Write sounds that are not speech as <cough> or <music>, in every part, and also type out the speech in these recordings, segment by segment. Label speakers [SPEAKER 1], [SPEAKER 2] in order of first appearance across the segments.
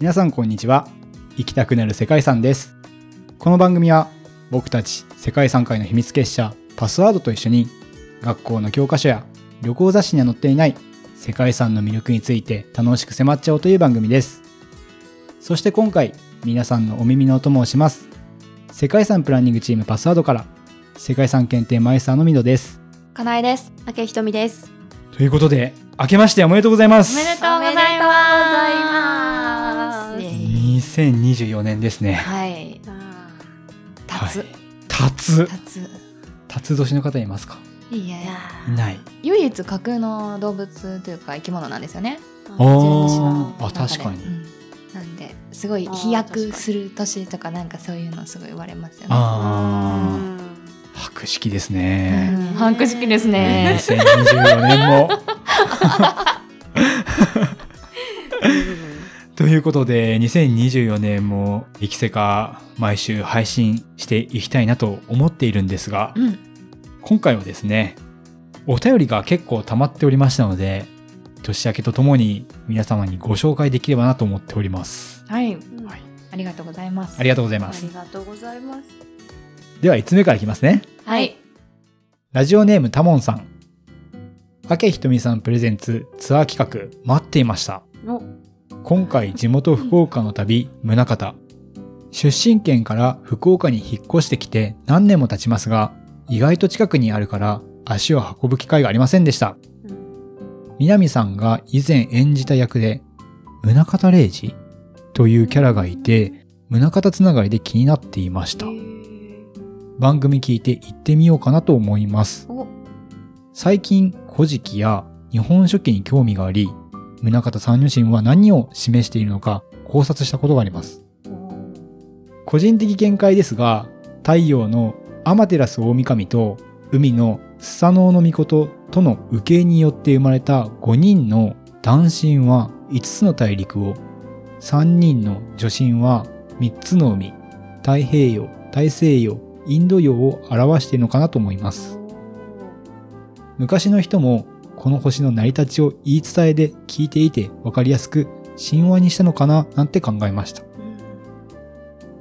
[SPEAKER 1] 皆さんこんにちは行きたくなる世界遺産ですこの番組は僕たち世界遺産界の秘密結社パスワードと一緒に学校の教科書や旅行雑誌には載っていない世界遺産の魅力について楽しく迫っちゃおうという番組ですそして今回皆さんのお耳のお供をします世界遺産プランニングチームパスワードから世界遺産検定マイスターのミドです
[SPEAKER 2] かなえです。あけひとみです。
[SPEAKER 1] ということで明けましておめでとうございます
[SPEAKER 2] おめでとうございます
[SPEAKER 3] イエイ
[SPEAKER 1] 2024年ですね
[SPEAKER 2] はい。たつ。
[SPEAKER 1] たつ
[SPEAKER 2] たつ。
[SPEAKER 1] たつ年の方いますか
[SPEAKER 2] いや
[SPEAKER 3] いや
[SPEAKER 1] いない
[SPEAKER 2] 唯一架空の動物というか生き物なんですよね。
[SPEAKER 3] ー
[SPEAKER 1] あ
[SPEAKER 2] ー
[SPEAKER 1] あ確かに
[SPEAKER 2] うんなんで、すごい
[SPEAKER 3] あー
[SPEAKER 2] 飛躍する年とかなんかそういうのすごい言われますよね。
[SPEAKER 3] う
[SPEAKER 1] あ
[SPEAKER 3] ん
[SPEAKER 1] あ白式です
[SPEAKER 2] う
[SPEAKER 1] ね、
[SPEAKER 2] ん反復式です
[SPEAKER 1] ね
[SPEAKER 2] ね。
[SPEAKER 1] 2024年も <laughs> ということで2024年も「いきせか」毎週配信していきたいなと思っているんですが
[SPEAKER 2] うん。
[SPEAKER 1] 今回はですねお便りが結構溜まっておりましたので年明けとともに皆様にご紹介できればなと思っております
[SPEAKER 2] はい。
[SPEAKER 3] うん
[SPEAKER 1] はい
[SPEAKER 2] ありがとうございます。
[SPEAKER 1] ありがとうござい
[SPEAKER 3] あ
[SPEAKER 1] ます
[SPEAKER 3] りがとうございます。
[SPEAKER 1] では5つ目からいきますね
[SPEAKER 2] はい。
[SPEAKER 1] ラジオネームたもんさん。あけひとみさんプレゼンツツアー企画待っていました。
[SPEAKER 3] お、
[SPEAKER 1] 今回地元福岡の旅、宗方。出身県から福岡に引っ越してきて何年も経ちますが、意外と近くにあるから足を運ぶ機会がありませんでした。南さんが以前演じた役で、宗方礼二というキャラがいて、宗方つながりで気になっていました
[SPEAKER 3] へ。ー
[SPEAKER 1] 番組聞いて行ってみようかなと思います。
[SPEAKER 3] お、
[SPEAKER 1] 最近「古事記」や「日本書紀」に興味があり宗像三女神は何を示しているのか考察したことがあります個人的見解ですが太陽のアマテラス大神と海のスサノオノミコトとの受けによって生まれた5人の男神は5つの大陸を3人の女神は3つの海太平洋大西洋インド洋を表しているのかなと思います昔の人もこの星の成り立ちを言い伝えで聞いていて分かりやすく神話にしたのかななんて考えました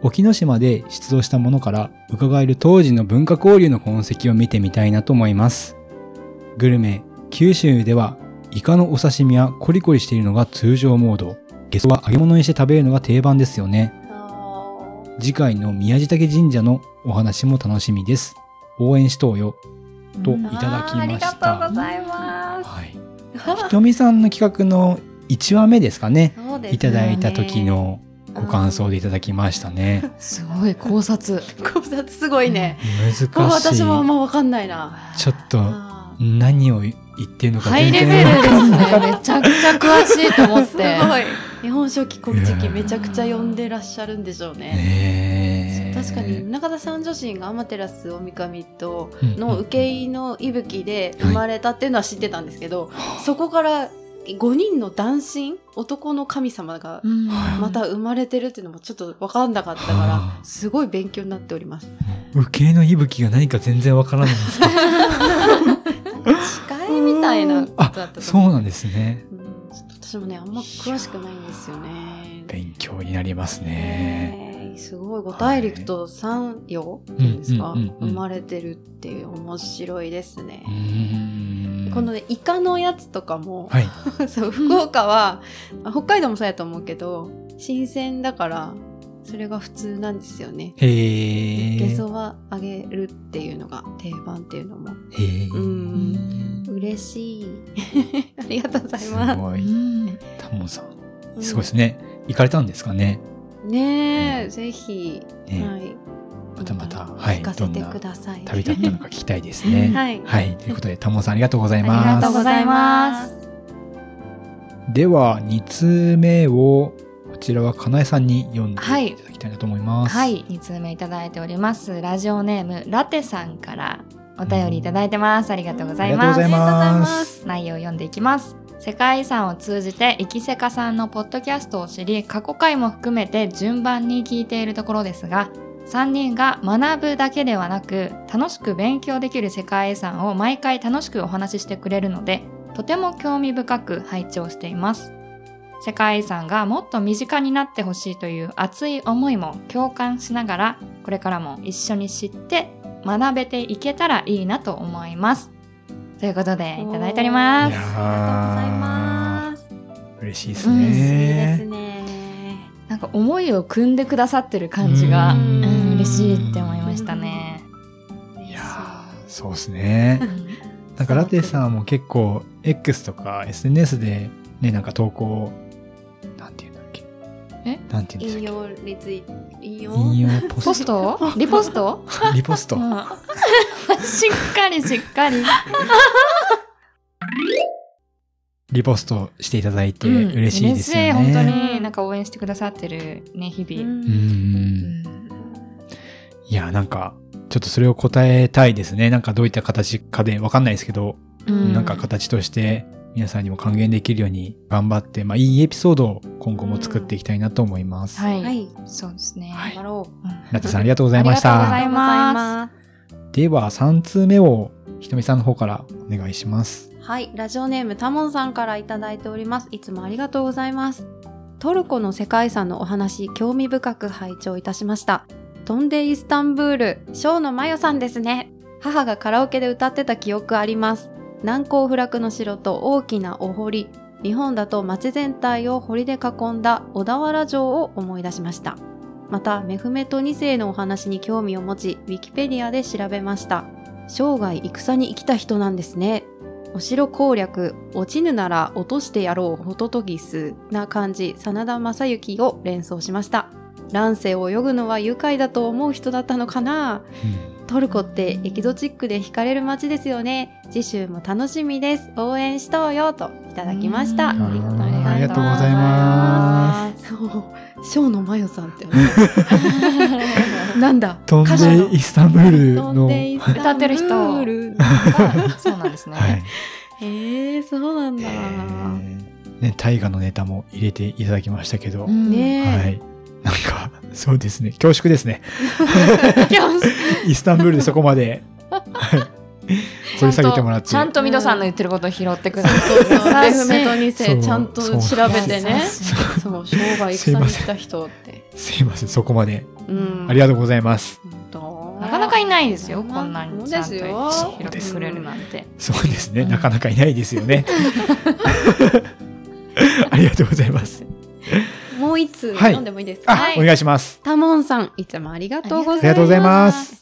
[SPEAKER 1] 沖ノ島で出土したものから伺える当時の文化交流の痕跡を見てみたいなと思いますグルメ九州ではイカのお刺身はコリコリしているのが通常モードゲソは揚げ物にして食べるのが定番ですよね次回の宮地嶽神社のお話も楽しみです応援しとうよといただきました
[SPEAKER 2] あーありがとうございます。
[SPEAKER 1] はい。ひとみさんの企画の1話目ですかね。いただいた時のご感想でいただきましたね。
[SPEAKER 2] すごい考察。
[SPEAKER 3] 考察すごいね。
[SPEAKER 1] 難しい。
[SPEAKER 3] これ私もあんまわかんないな。
[SPEAKER 1] ちょっと
[SPEAKER 3] あ
[SPEAKER 1] 何を言ってんのか
[SPEAKER 2] ハイレベルですね。めちゃくちゃ詳しいと思っ <laughs>
[SPEAKER 3] ーすご
[SPEAKER 2] て。
[SPEAKER 3] い。日本書紀古事記めちゃくちゃ読んでらっしゃるんでしょうね。
[SPEAKER 1] ねえ
[SPEAKER 3] 確かに中田三女神がアマテラス大神と
[SPEAKER 1] うん
[SPEAKER 3] の受け入の息吹で生まれたっていうのは知ってたんですけど、そこから5人の男神男の神様が
[SPEAKER 2] うん
[SPEAKER 1] はい
[SPEAKER 3] また生まれてるっていうのもちょっと分かんなかったか
[SPEAKER 1] はあ
[SPEAKER 3] らすごい勉強になっております。
[SPEAKER 1] 受けの息吹が何か全然わからないんですけ
[SPEAKER 3] <laughs>
[SPEAKER 1] ど
[SPEAKER 3] 誓いみたいなことだった
[SPEAKER 1] あ、そうなんですね。
[SPEAKER 3] うんちょっと私もねあんま詳しくないんですよね。
[SPEAKER 1] 勉強になりますね。
[SPEAKER 3] ねえすごい五大陸と三洋っていうんですか、
[SPEAKER 1] うんうんうんうん
[SPEAKER 3] 生まれてるって面白いですね
[SPEAKER 1] う。ーん
[SPEAKER 3] このねイカのやつとかも、
[SPEAKER 1] はい。
[SPEAKER 3] <laughs> そう福岡はあ北海道もそうやと思うけど新鮮だからそれが普通なんですよね。
[SPEAKER 1] へ
[SPEAKER 3] ゲ
[SPEAKER 1] え。
[SPEAKER 3] ソはあげるっていうのが定番っていうのも
[SPEAKER 1] へえ。
[SPEAKER 3] うん嬉しい。 <laughs> ありがとうござい
[SPEAKER 1] す
[SPEAKER 3] ま
[SPEAKER 1] ご
[SPEAKER 2] う
[SPEAKER 1] い。
[SPEAKER 2] ん
[SPEAKER 1] タモンさん。
[SPEAKER 3] す。
[SPEAKER 1] すごいですね。行かれたんですかね。
[SPEAKER 3] ねえ、ぜひ、
[SPEAKER 1] ね
[SPEAKER 3] はい、
[SPEAKER 1] またまた、はい、
[SPEAKER 3] 聞か
[SPEAKER 1] ど
[SPEAKER 3] せ
[SPEAKER 1] ん
[SPEAKER 3] て
[SPEAKER 1] な
[SPEAKER 3] ください。
[SPEAKER 1] 旅だったのか聞きたいですね。
[SPEAKER 3] <laughs> はい、
[SPEAKER 1] はい、ということで、タモさんありがとうござい
[SPEAKER 3] あ
[SPEAKER 1] ま
[SPEAKER 3] りがとう
[SPEAKER 1] す。
[SPEAKER 3] ございます。
[SPEAKER 1] では、2通目を、こちらはかなえさんに読んで
[SPEAKER 2] はい
[SPEAKER 1] いただきたいなと思います。
[SPEAKER 2] はい、2通目いただいております。ラジオネーム、ラテさんからお便りいただいてます。ありがとうございます。
[SPEAKER 1] ありがとうございま。
[SPEAKER 2] ありがとうございますす内容を読んでいきます。世界遺産を通じて、生きせかさんのポッドキャストを知り、過去回も含めて順番に聞いているところですが、3人が学ぶだけではなく、楽しく勉強できる世界遺産を毎回楽しくお話ししてくれるので、とても興味深く拝聴しています。世界遺産がもっと身近になってほしいという熱い思いも共感しながらこれからも一緒に知って学べていけたらいいなと思います。ということでいただいており
[SPEAKER 1] い
[SPEAKER 2] ま
[SPEAKER 1] やー
[SPEAKER 2] す。
[SPEAKER 3] ありがとうございます。
[SPEAKER 1] 嬉しいです
[SPEAKER 2] うん
[SPEAKER 3] 嬉しいで
[SPEAKER 1] ね
[SPEAKER 3] す。ね。
[SPEAKER 2] なんか思いを汲んでくださってる感じが
[SPEAKER 1] う
[SPEAKER 2] うんん嬉しいって思いましたね。
[SPEAKER 1] いやーそうですね。なんかラテさんも結構 X とか SNS でね、なんか投稿をなんて言うんだっけ
[SPEAKER 2] え
[SPEAKER 1] なんて言うん
[SPEAKER 3] 引
[SPEAKER 1] でしたっ
[SPEAKER 3] 用リツイ引
[SPEAKER 1] け
[SPEAKER 3] 用
[SPEAKER 1] 引用ポ
[SPEAKER 2] ポ
[SPEAKER 1] ス
[SPEAKER 2] ス
[SPEAKER 1] ト
[SPEAKER 2] トリポスト
[SPEAKER 1] リポスト
[SPEAKER 2] う。ん <laughs> しっかりしっかり。
[SPEAKER 1] リポストしていただいて
[SPEAKER 2] うん
[SPEAKER 1] 嬉しい <laughs> ですよね。
[SPEAKER 2] 嬉しい本当
[SPEAKER 3] う
[SPEAKER 2] に
[SPEAKER 3] ん
[SPEAKER 2] なんか応援してくださってるね日
[SPEAKER 3] う
[SPEAKER 2] 々。
[SPEAKER 1] うんん。いや、なんか、ちょっとそれを答えたいですね。なんかどういった形かでわかんないですけど、
[SPEAKER 2] う
[SPEAKER 1] なんか形として皆さんにも還元できるように頑張って、まあいいエピソードを今後も作っていきたいなと思います。
[SPEAKER 2] は、
[SPEAKER 3] はいい、
[SPEAKER 2] そうですね。
[SPEAKER 1] はい
[SPEAKER 3] 頑張ろ
[SPEAKER 2] う
[SPEAKER 3] う。
[SPEAKER 2] ん
[SPEAKER 1] ラテさんありがとうございまし
[SPEAKER 2] ありがとうござい
[SPEAKER 1] た。
[SPEAKER 2] ま
[SPEAKER 3] す。
[SPEAKER 1] では、3通目をひとみさんの方からお願いします。
[SPEAKER 3] はい、ラジオネームタモンさんからいただいております。いつもありがとうございます。トルコの世界遺産のお話、興味深く拝聴いたしました。飛んでイスタンブール、ショーのマヨさんですね。母がカラオケで歌ってた記憶あります。難攻不落の城と大きなお堀、日本だと町全体を堀で囲んだ小田原城を思い出しました。また、メフメト2世のお話に興味を持ち、ウィキペディアで調べました。生涯戦に生きた人なんですね。お城攻略、落ちぬなら落としてやろう、ホトトギスな感じ、真田正幸を連想しました。乱世を泳ぐのは愉快だと思う人だったのかなトルコってエキゾチックで惹かれる街ですよね。次週も楽しみです。応援しとうよ、といただきまし
[SPEAKER 2] う
[SPEAKER 3] た。あ
[SPEAKER 2] ん。
[SPEAKER 3] りがとうござい
[SPEAKER 1] あ
[SPEAKER 3] ま
[SPEAKER 1] り
[SPEAKER 3] す
[SPEAKER 1] がとうございます
[SPEAKER 3] そう、ショーのマヨさんって思う <laughs> なんだ
[SPEAKER 1] 飛
[SPEAKER 3] 歌手
[SPEAKER 1] んでイスタンブールの、はい。
[SPEAKER 3] 歌
[SPEAKER 2] ってる人あそうなんですね。
[SPEAKER 3] えー、そうなん
[SPEAKER 1] え
[SPEAKER 3] だ。
[SPEAKER 1] ーね、大河のネタも入れていただきましたけど、
[SPEAKER 2] うん
[SPEAKER 1] は
[SPEAKER 3] ね
[SPEAKER 1] い。なんか、そうですね。恐縮ですね。
[SPEAKER 3] え。
[SPEAKER 1] イスタンブールでそこまで、はい掘り下げてもらって。
[SPEAKER 2] ちゃんとミドさんの言ってることを拾ってくださ
[SPEAKER 3] そうそう、
[SPEAKER 2] 優しい
[SPEAKER 3] メフメト2
[SPEAKER 1] そ
[SPEAKER 3] 世
[SPEAKER 1] う
[SPEAKER 3] ちゃんと調べてね
[SPEAKER 2] 優。し
[SPEAKER 3] そう、生涯戦に来た人って。
[SPEAKER 1] すいません、そこまで。
[SPEAKER 3] うん
[SPEAKER 1] ありがとうございます。
[SPEAKER 3] と
[SPEAKER 2] なかなかいないですよこんなにちゃんと
[SPEAKER 3] そうですよ。
[SPEAKER 2] 拾ってくれるなん
[SPEAKER 3] <laughs>
[SPEAKER 2] て。
[SPEAKER 1] そうですね。
[SPEAKER 2] うん
[SPEAKER 1] なかなかいないですよ
[SPEAKER 2] <laughs>
[SPEAKER 1] ね。ありがとうございます。
[SPEAKER 3] もう一通
[SPEAKER 1] はい
[SPEAKER 3] 読んでもいいですか、
[SPEAKER 1] あ、
[SPEAKER 2] はい
[SPEAKER 1] お願いします。
[SPEAKER 3] タモンさん、いつもありがとうございま
[SPEAKER 1] あ
[SPEAKER 3] す。
[SPEAKER 1] りがとうございます。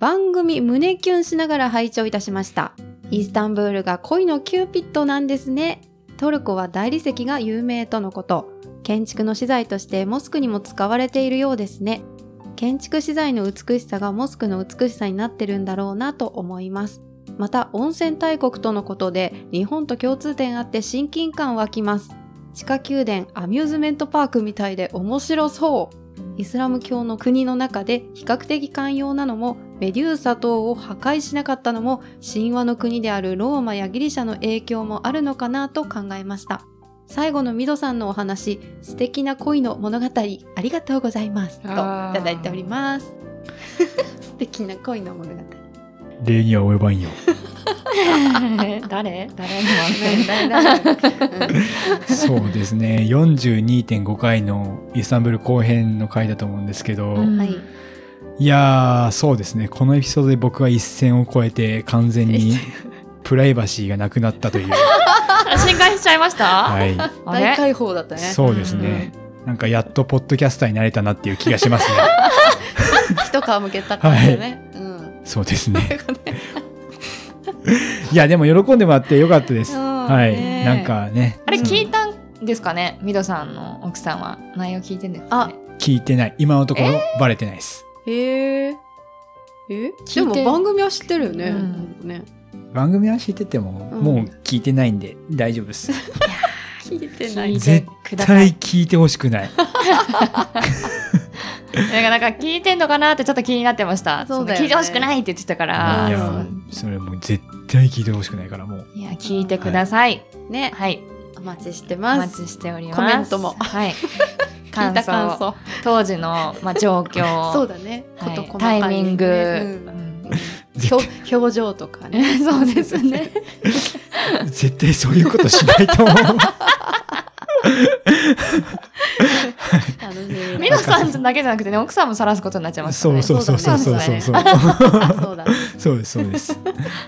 [SPEAKER 3] 番組胸キュンしながら拝聴いたしました。イスタンブールが恋のキューピッドなんですね。トルコは大理石が有名とのこと。建築の資材としてモスクにも使われているようですね。建築資材の美しさがモスクの美しさになってるんだろうなと思います。また温泉大国とのことで日本と共通点あって親近感湧きます。地下宮殿アミューズメントパークみたいで面白そうイスラム教の国の中で比較的寛容なのもメデューサ島を破壊しなかったのも神話の国であるローマやギリシャの影響もあるのかなと考えました最後のミドさんのお話素敵な恋の物語ありがとうございますとい
[SPEAKER 2] あー
[SPEAKER 3] ただいております <laughs> 素敵な恋の物語
[SPEAKER 1] 礼には及ばんよ。
[SPEAKER 2] 誰誰の
[SPEAKER 1] そうです
[SPEAKER 2] <laughs>
[SPEAKER 1] ね。42.5回のイスタンブール後編の回だと思うんですけど、
[SPEAKER 2] うん
[SPEAKER 3] はい
[SPEAKER 1] いやー、そうですね。このエピソードで僕は一線を越えて完全にプライバシーがなくなったという。
[SPEAKER 2] 深海しちゃいました。 <laughs>
[SPEAKER 1] はい。
[SPEAKER 2] あれ
[SPEAKER 3] <laughs> 大解放だったね
[SPEAKER 1] そうですね。なんかやっとポッドキャスターになれたなっていう気がしますね。
[SPEAKER 3] 一皮むけた感じだね、うん
[SPEAKER 1] そうですね。 <laughs> いや、でも喜んでもらってよかったです。
[SPEAKER 3] うん
[SPEAKER 1] はい。
[SPEAKER 3] ね
[SPEAKER 1] なんかね、
[SPEAKER 2] あれ聞いたんですかねミドさんの奥さんは内容聞いてんですかね。
[SPEAKER 1] 聞いてない。今のところバレてないです。
[SPEAKER 3] へえ。え
[SPEAKER 2] 聞いて
[SPEAKER 3] でも番組は知ってるよね。
[SPEAKER 2] うん
[SPEAKER 3] なんかね
[SPEAKER 1] 番組は知ってても、
[SPEAKER 3] うん
[SPEAKER 1] もう聞いてないんで大丈夫 <laughs> です。
[SPEAKER 3] 聞いて
[SPEAKER 2] ない聞いて
[SPEAKER 1] 絶対聞いてほしくない。
[SPEAKER 2] なんか聞いてんのかなってちょっと気になってました。
[SPEAKER 3] そうだよ
[SPEAKER 2] の聞
[SPEAKER 3] ね
[SPEAKER 2] いてほしくないって言ってたから。
[SPEAKER 3] あー
[SPEAKER 1] いや
[SPEAKER 2] いや、
[SPEAKER 1] それもう絶対聞いてほしくないから、もう。
[SPEAKER 2] 聞いてください。
[SPEAKER 3] ね。
[SPEAKER 2] はい、
[SPEAKER 3] お待ちして
[SPEAKER 2] お
[SPEAKER 3] ま
[SPEAKER 2] 待
[SPEAKER 3] す。
[SPEAKER 2] ちしております。
[SPEAKER 3] コメントも
[SPEAKER 2] はい。
[SPEAKER 3] <laughs> 聞いた感想。
[SPEAKER 2] 当時のまあ状
[SPEAKER 3] そう
[SPEAKER 2] 況、
[SPEAKER 3] だね。
[SPEAKER 2] はい
[SPEAKER 3] こと細か
[SPEAKER 2] タ
[SPEAKER 3] い
[SPEAKER 2] イミング、。
[SPEAKER 3] ねうん
[SPEAKER 1] 絶
[SPEAKER 3] 表表情とかね
[SPEAKER 2] そうですね。
[SPEAKER 1] 絶対そういうことしないと思う。
[SPEAKER 2] ミノさんだけじゃなくてね、奥さんも晒すことになっちゃいますか
[SPEAKER 1] <laughs>
[SPEAKER 2] ら
[SPEAKER 1] そう
[SPEAKER 2] ね。
[SPEAKER 1] そうそうそうそうそうそう。
[SPEAKER 3] あそうだね。
[SPEAKER 1] そうです、そうです。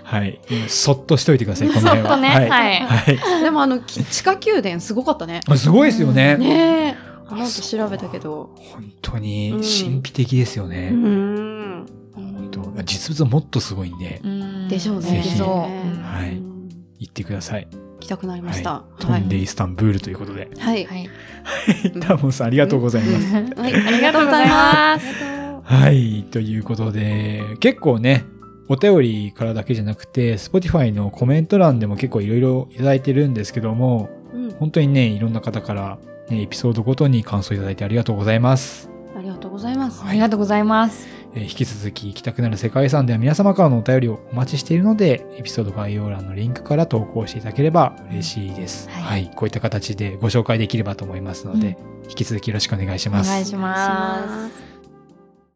[SPEAKER 1] はい。そっとしといてください、この
[SPEAKER 2] そ
[SPEAKER 1] 辺
[SPEAKER 2] っ
[SPEAKER 1] は。
[SPEAKER 2] とね、
[SPEAKER 1] はい。
[SPEAKER 2] はい。
[SPEAKER 1] はい
[SPEAKER 3] でもあのき地下宮殿すごかったね。
[SPEAKER 1] あすごいですよね。
[SPEAKER 3] ねえ。あの後調べたけど。
[SPEAKER 1] 本当に神秘的ですよ
[SPEAKER 3] う
[SPEAKER 1] ね。
[SPEAKER 3] ーん。
[SPEAKER 1] 本当実物はもっとすごいんで、
[SPEAKER 2] うん
[SPEAKER 3] でしょうね。
[SPEAKER 1] ぜひ
[SPEAKER 2] そう
[SPEAKER 3] ね
[SPEAKER 1] はい
[SPEAKER 3] うん
[SPEAKER 1] 行ってください。
[SPEAKER 3] 行きたくなりました。
[SPEAKER 1] 飛
[SPEAKER 3] は
[SPEAKER 1] んで
[SPEAKER 3] い。
[SPEAKER 1] イスタンブールということで。
[SPEAKER 3] はい。
[SPEAKER 2] はい。
[SPEAKER 3] ん
[SPEAKER 1] タモンさん、ありがとうございます。
[SPEAKER 3] はい
[SPEAKER 2] ありがとうございま
[SPEAKER 3] あ
[SPEAKER 2] す。
[SPEAKER 3] りがと
[SPEAKER 1] はい。ということで、結構ね、お便りからだけじゃなくて、Spotify のコメント欄でも結構いろいろいただいてるんですけども、
[SPEAKER 3] ううん
[SPEAKER 1] 本当にね、いろんな方から、ね、エピソードごとに感想いただいてありがとうございます。
[SPEAKER 3] ありがとうございます。
[SPEAKER 2] ありがとうございます。
[SPEAKER 1] えー引き続き行きたくなる世界遺産では皆様からのお便りをお待ちしているので、エピソード概要欄のリンクから投稿していただければ嬉しいです。
[SPEAKER 2] はい
[SPEAKER 1] はい、こういった形でご紹介できればと思いますので、引き続きよろしくお願いし
[SPEAKER 2] お
[SPEAKER 1] ます。
[SPEAKER 2] 願いしま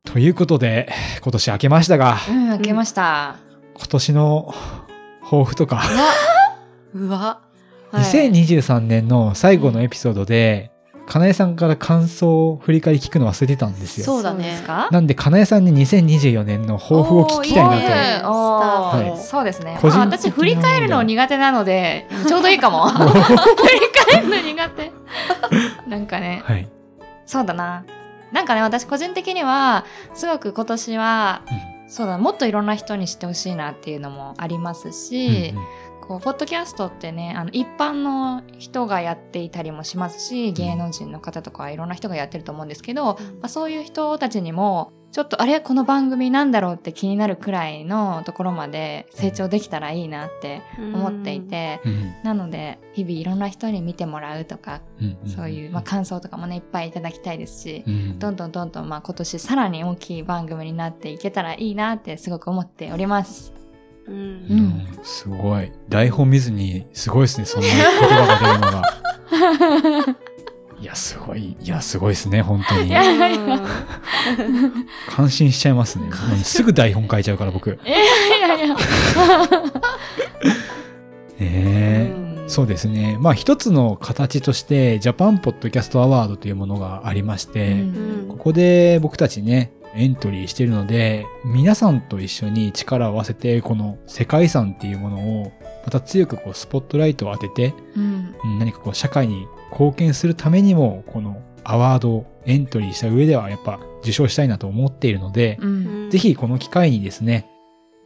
[SPEAKER 1] ということで、今年明けましたが、
[SPEAKER 2] す。うん、開けました。
[SPEAKER 1] 今年の抱負とか、
[SPEAKER 3] うわ。はい
[SPEAKER 1] 2023年の最後のエピソードで、かなえさんから感想を振り返り聞くの忘れてたんですよ。
[SPEAKER 3] そうだね
[SPEAKER 2] ですか
[SPEAKER 1] なんで、かなえさんに2024年の抱負を聞きたいなと。
[SPEAKER 3] おーいいね
[SPEAKER 2] おー
[SPEAKER 1] はい
[SPEAKER 2] そうですね。
[SPEAKER 1] 個人
[SPEAKER 2] まあ
[SPEAKER 1] 的
[SPEAKER 2] 私
[SPEAKER 1] な
[SPEAKER 2] 振り返るの苦手なので、
[SPEAKER 3] <laughs>
[SPEAKER 2] ちょうどいいかも。振り返るの苦手。 <laughs> なんかね、
[SPEAKER 1] <laughs> はい。
[SPEAKER 2] そうだな。なんかね、私個人的には、すごく今年は、そうだ、もっといろんな人に知ってほしいなっていうのもあります
[SPEAKER 1] うん
[SPEAKER 2] し、こう、ポッドキャストってね、あの、一般の人がやっていたりもしますし、芸能人の方とかいろんな人がやってると思うんですけど、まあ、そういう人たちにも、ちょっとあれこの番組なんだろうって気になるくらいのところまで成長できたらいいなって思ってい。て、
[SPEAKER 1] うんうん
[SPEAKER 2] なので、日々いろんな人に見てもらうとか、
[SPEAKER 1] うんん
[SPEAKER 2] そういう、まあ、感想とかもね、いっぱいいただきたいですし、
[SPEAKER 1] うん
[SPEAKER 2] どんどんどんどん、まあ、今年さらに大きい番組になっていけたらいいなってすごく思っております。
[SPEAKER 3] うん
[SPEAKER 1] う
[SPEAKER 3] うん
[SPEAKER 1] んすごい。台本見ずに、すごいですね、そんな言葉が
[SPEAKER 2] <laughs>
[SPEAKER 1] 出るのが。いや、すごい。いや、すごいですね、本当に
[SPEAKER 2] い。やいや
[SPEAKER 1] 感心しちゃいますね。もうすぐ台本書いちゃうから、僕。
[SPEAKER 2] いやいやいや。
[SPEAKER 1] <laughs> ねえ
[SPEAKER 3] うん
[SPEAKER 1] そうですね。まあ、一つの形として、ジャパンポッドキャストアワードというものがありまして、
[SPEAKER 2] うん
[SPEAKER 1] ここで僕たちね、エントリーしてるので、皆さんと一緒に力を合わせて、この世界遺産っていうものを、また強くこうスポットライトを当てて、
[SPEAKER 2] うん
[SPEAKER 1] うん何かこう社会に貢献するためにも、このアワードをエントリーした上ではやっぱ受賞したいなと思っているので、
[SPEAKER 2] うん
[SPEAKER 1] ぜひこの機会にですね、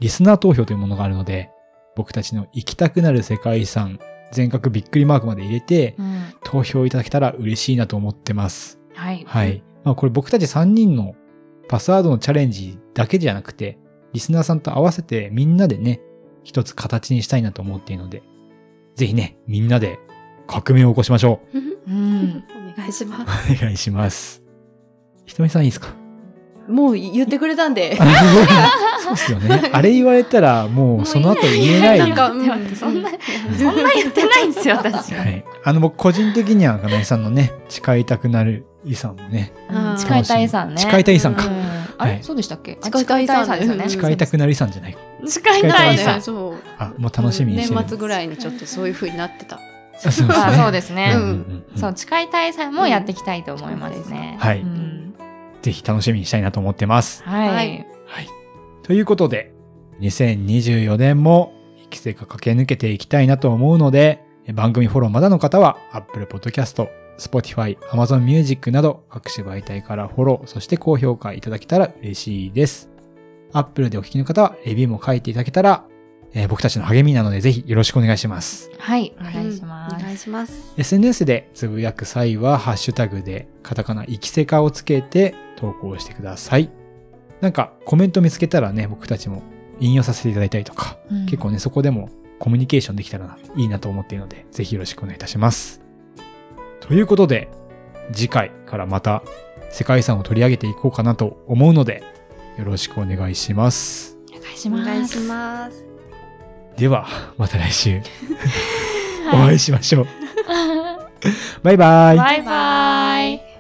[SPEAKER 1] リスナー投票というものがあるので、僕たちの行きたくなる世界遺産、全角びっくりマークまで入れて、
[SPEAKER 2] うん
[SPEAKER 1] 投票いただけたら嬉しいなと思ってます。
[SPEAKER 2] はい。
[SPEAKER 1] はい。まあこれ僕たち3人のパスワードのチャレンジだけじゃなくて、リスナーさんと合わせてみんなでね、一つ形にしたいなと思っているので、ぜひね、みんなで革命を起こしましょう。
[SPEAKER 2] うん。
[SPEAKER 3] お願いしま
[SPEAKER 1] <laughs>
[SPEAKER 3] す。
[SPEAKER 1] お願いします。ひとみさんいいです <laughs> か
[SPEAKER 3] もう言ってくれたんで。
[SPEAKER 1] そうっすよね。あれ言われたらもうその後言え
[SPEAKER 2] は
[SPEAKER 1] ない。
[SPEAKER 3] なんか、
[SPEAKER 2] 待って待ってそんなそ
[SPEAKER 3] そ
[SPEAKER 2] んな言ってないんですよ、私。
[SPEAKER 1] はい。あの僕個人的には、金井さんのね、誓いたくなる遺産もね、
[SPEAKER 2] うん
[SPEAKER 3] あー
[SPEAKER 2] 誓いたいさんね。
[SPEAKER 1] 誓いたい遺産
[SPEAKER 3] う
[SPEAKER 1] か。
[SPEAKER 2] うんあ
[SPEAKER 1] は
[SPEAKER 2] れ
[SPEAKER 1] い
[SPEAKER 2] そうでしたっけあ
[SPEAKER 3] 誓いたい遺産
[SPEAKER 2] ですよね。
[SPEAKER 3] うん
[SPEAKER 1] 誓いたくなる遺産じゃない。
[SPEAKER 2] 誓いたい遺
[SPEAKER 1] さ
[SPEAKER 2] 産
[SPEAKER 3] ね。そう。
[SPEAKER 1] あ、もう楽しみにしてる。
[SPEAKER 3] 年末ぐらいにちょっとそういう風になってた。
[SPEAKER 1] あそうです
[SPEAKER 2] あ
[SPEAKER 1] ね
[SPEAKER 2] そうですね
[SPEAKER 1] う。
[SPEAKER 3] ん
[SPEAKER 1] んうんうん
[SPEAKER 2] そう、誓いたいさんもやっていきたいと思いますね。
[SPEAKER 1] はい
[SPEAKER 2] うん
[SPEAKER 1] ぜひ楽しみにしたいなと思ってます。
[SPEAKER 2] は
[SPEAKER 3] はいい。
[SPEAKER 1] はい。ということで、2024年も生き生か駆け抜けていきたいなと思うので、番組フォローまだの方は Apple Podcast、Spotify、Amazon Music など各種媒体からフォロー、そして高評価いただけたら嬉しいです。Apple でお聞きの方はレビューも書いていただけたら、えー僕たちの励みなのでぜひよろしくお願いします。
[SPEAKER 2] はい、お願いしま
[SPEAKER 3] お
[SPEAKER 2] す。
[SPEAKER 3] 願いします。
[SPEAKER 1] SNS でつぶやく際は、ハッシュタグで、カタカナ、生きせかをつけて投稿してください。なんか、コメント見つけたらね、僕たちも引用させていただいたりとか、
[SPEAKER 2] うん
[SPEAKER 1] 結構ね、そこでもコミュニケーションできたらな、いいなと思っているので、ぜひよろしくお願いいたします。ということで、次回からまた世界遺産を取り上げていこうかなと思うので、よろしくお願いします。
[SPEAKER 2] お願いし
[SPEAKER 3] お
[SPEAKER 2] ます。
[SPEAKER 3] 願いします。
[SPEAKER 1] では、また来週お会いしましょう。バイバイ。
[SPEAKER 2] <laughs> バイバイ。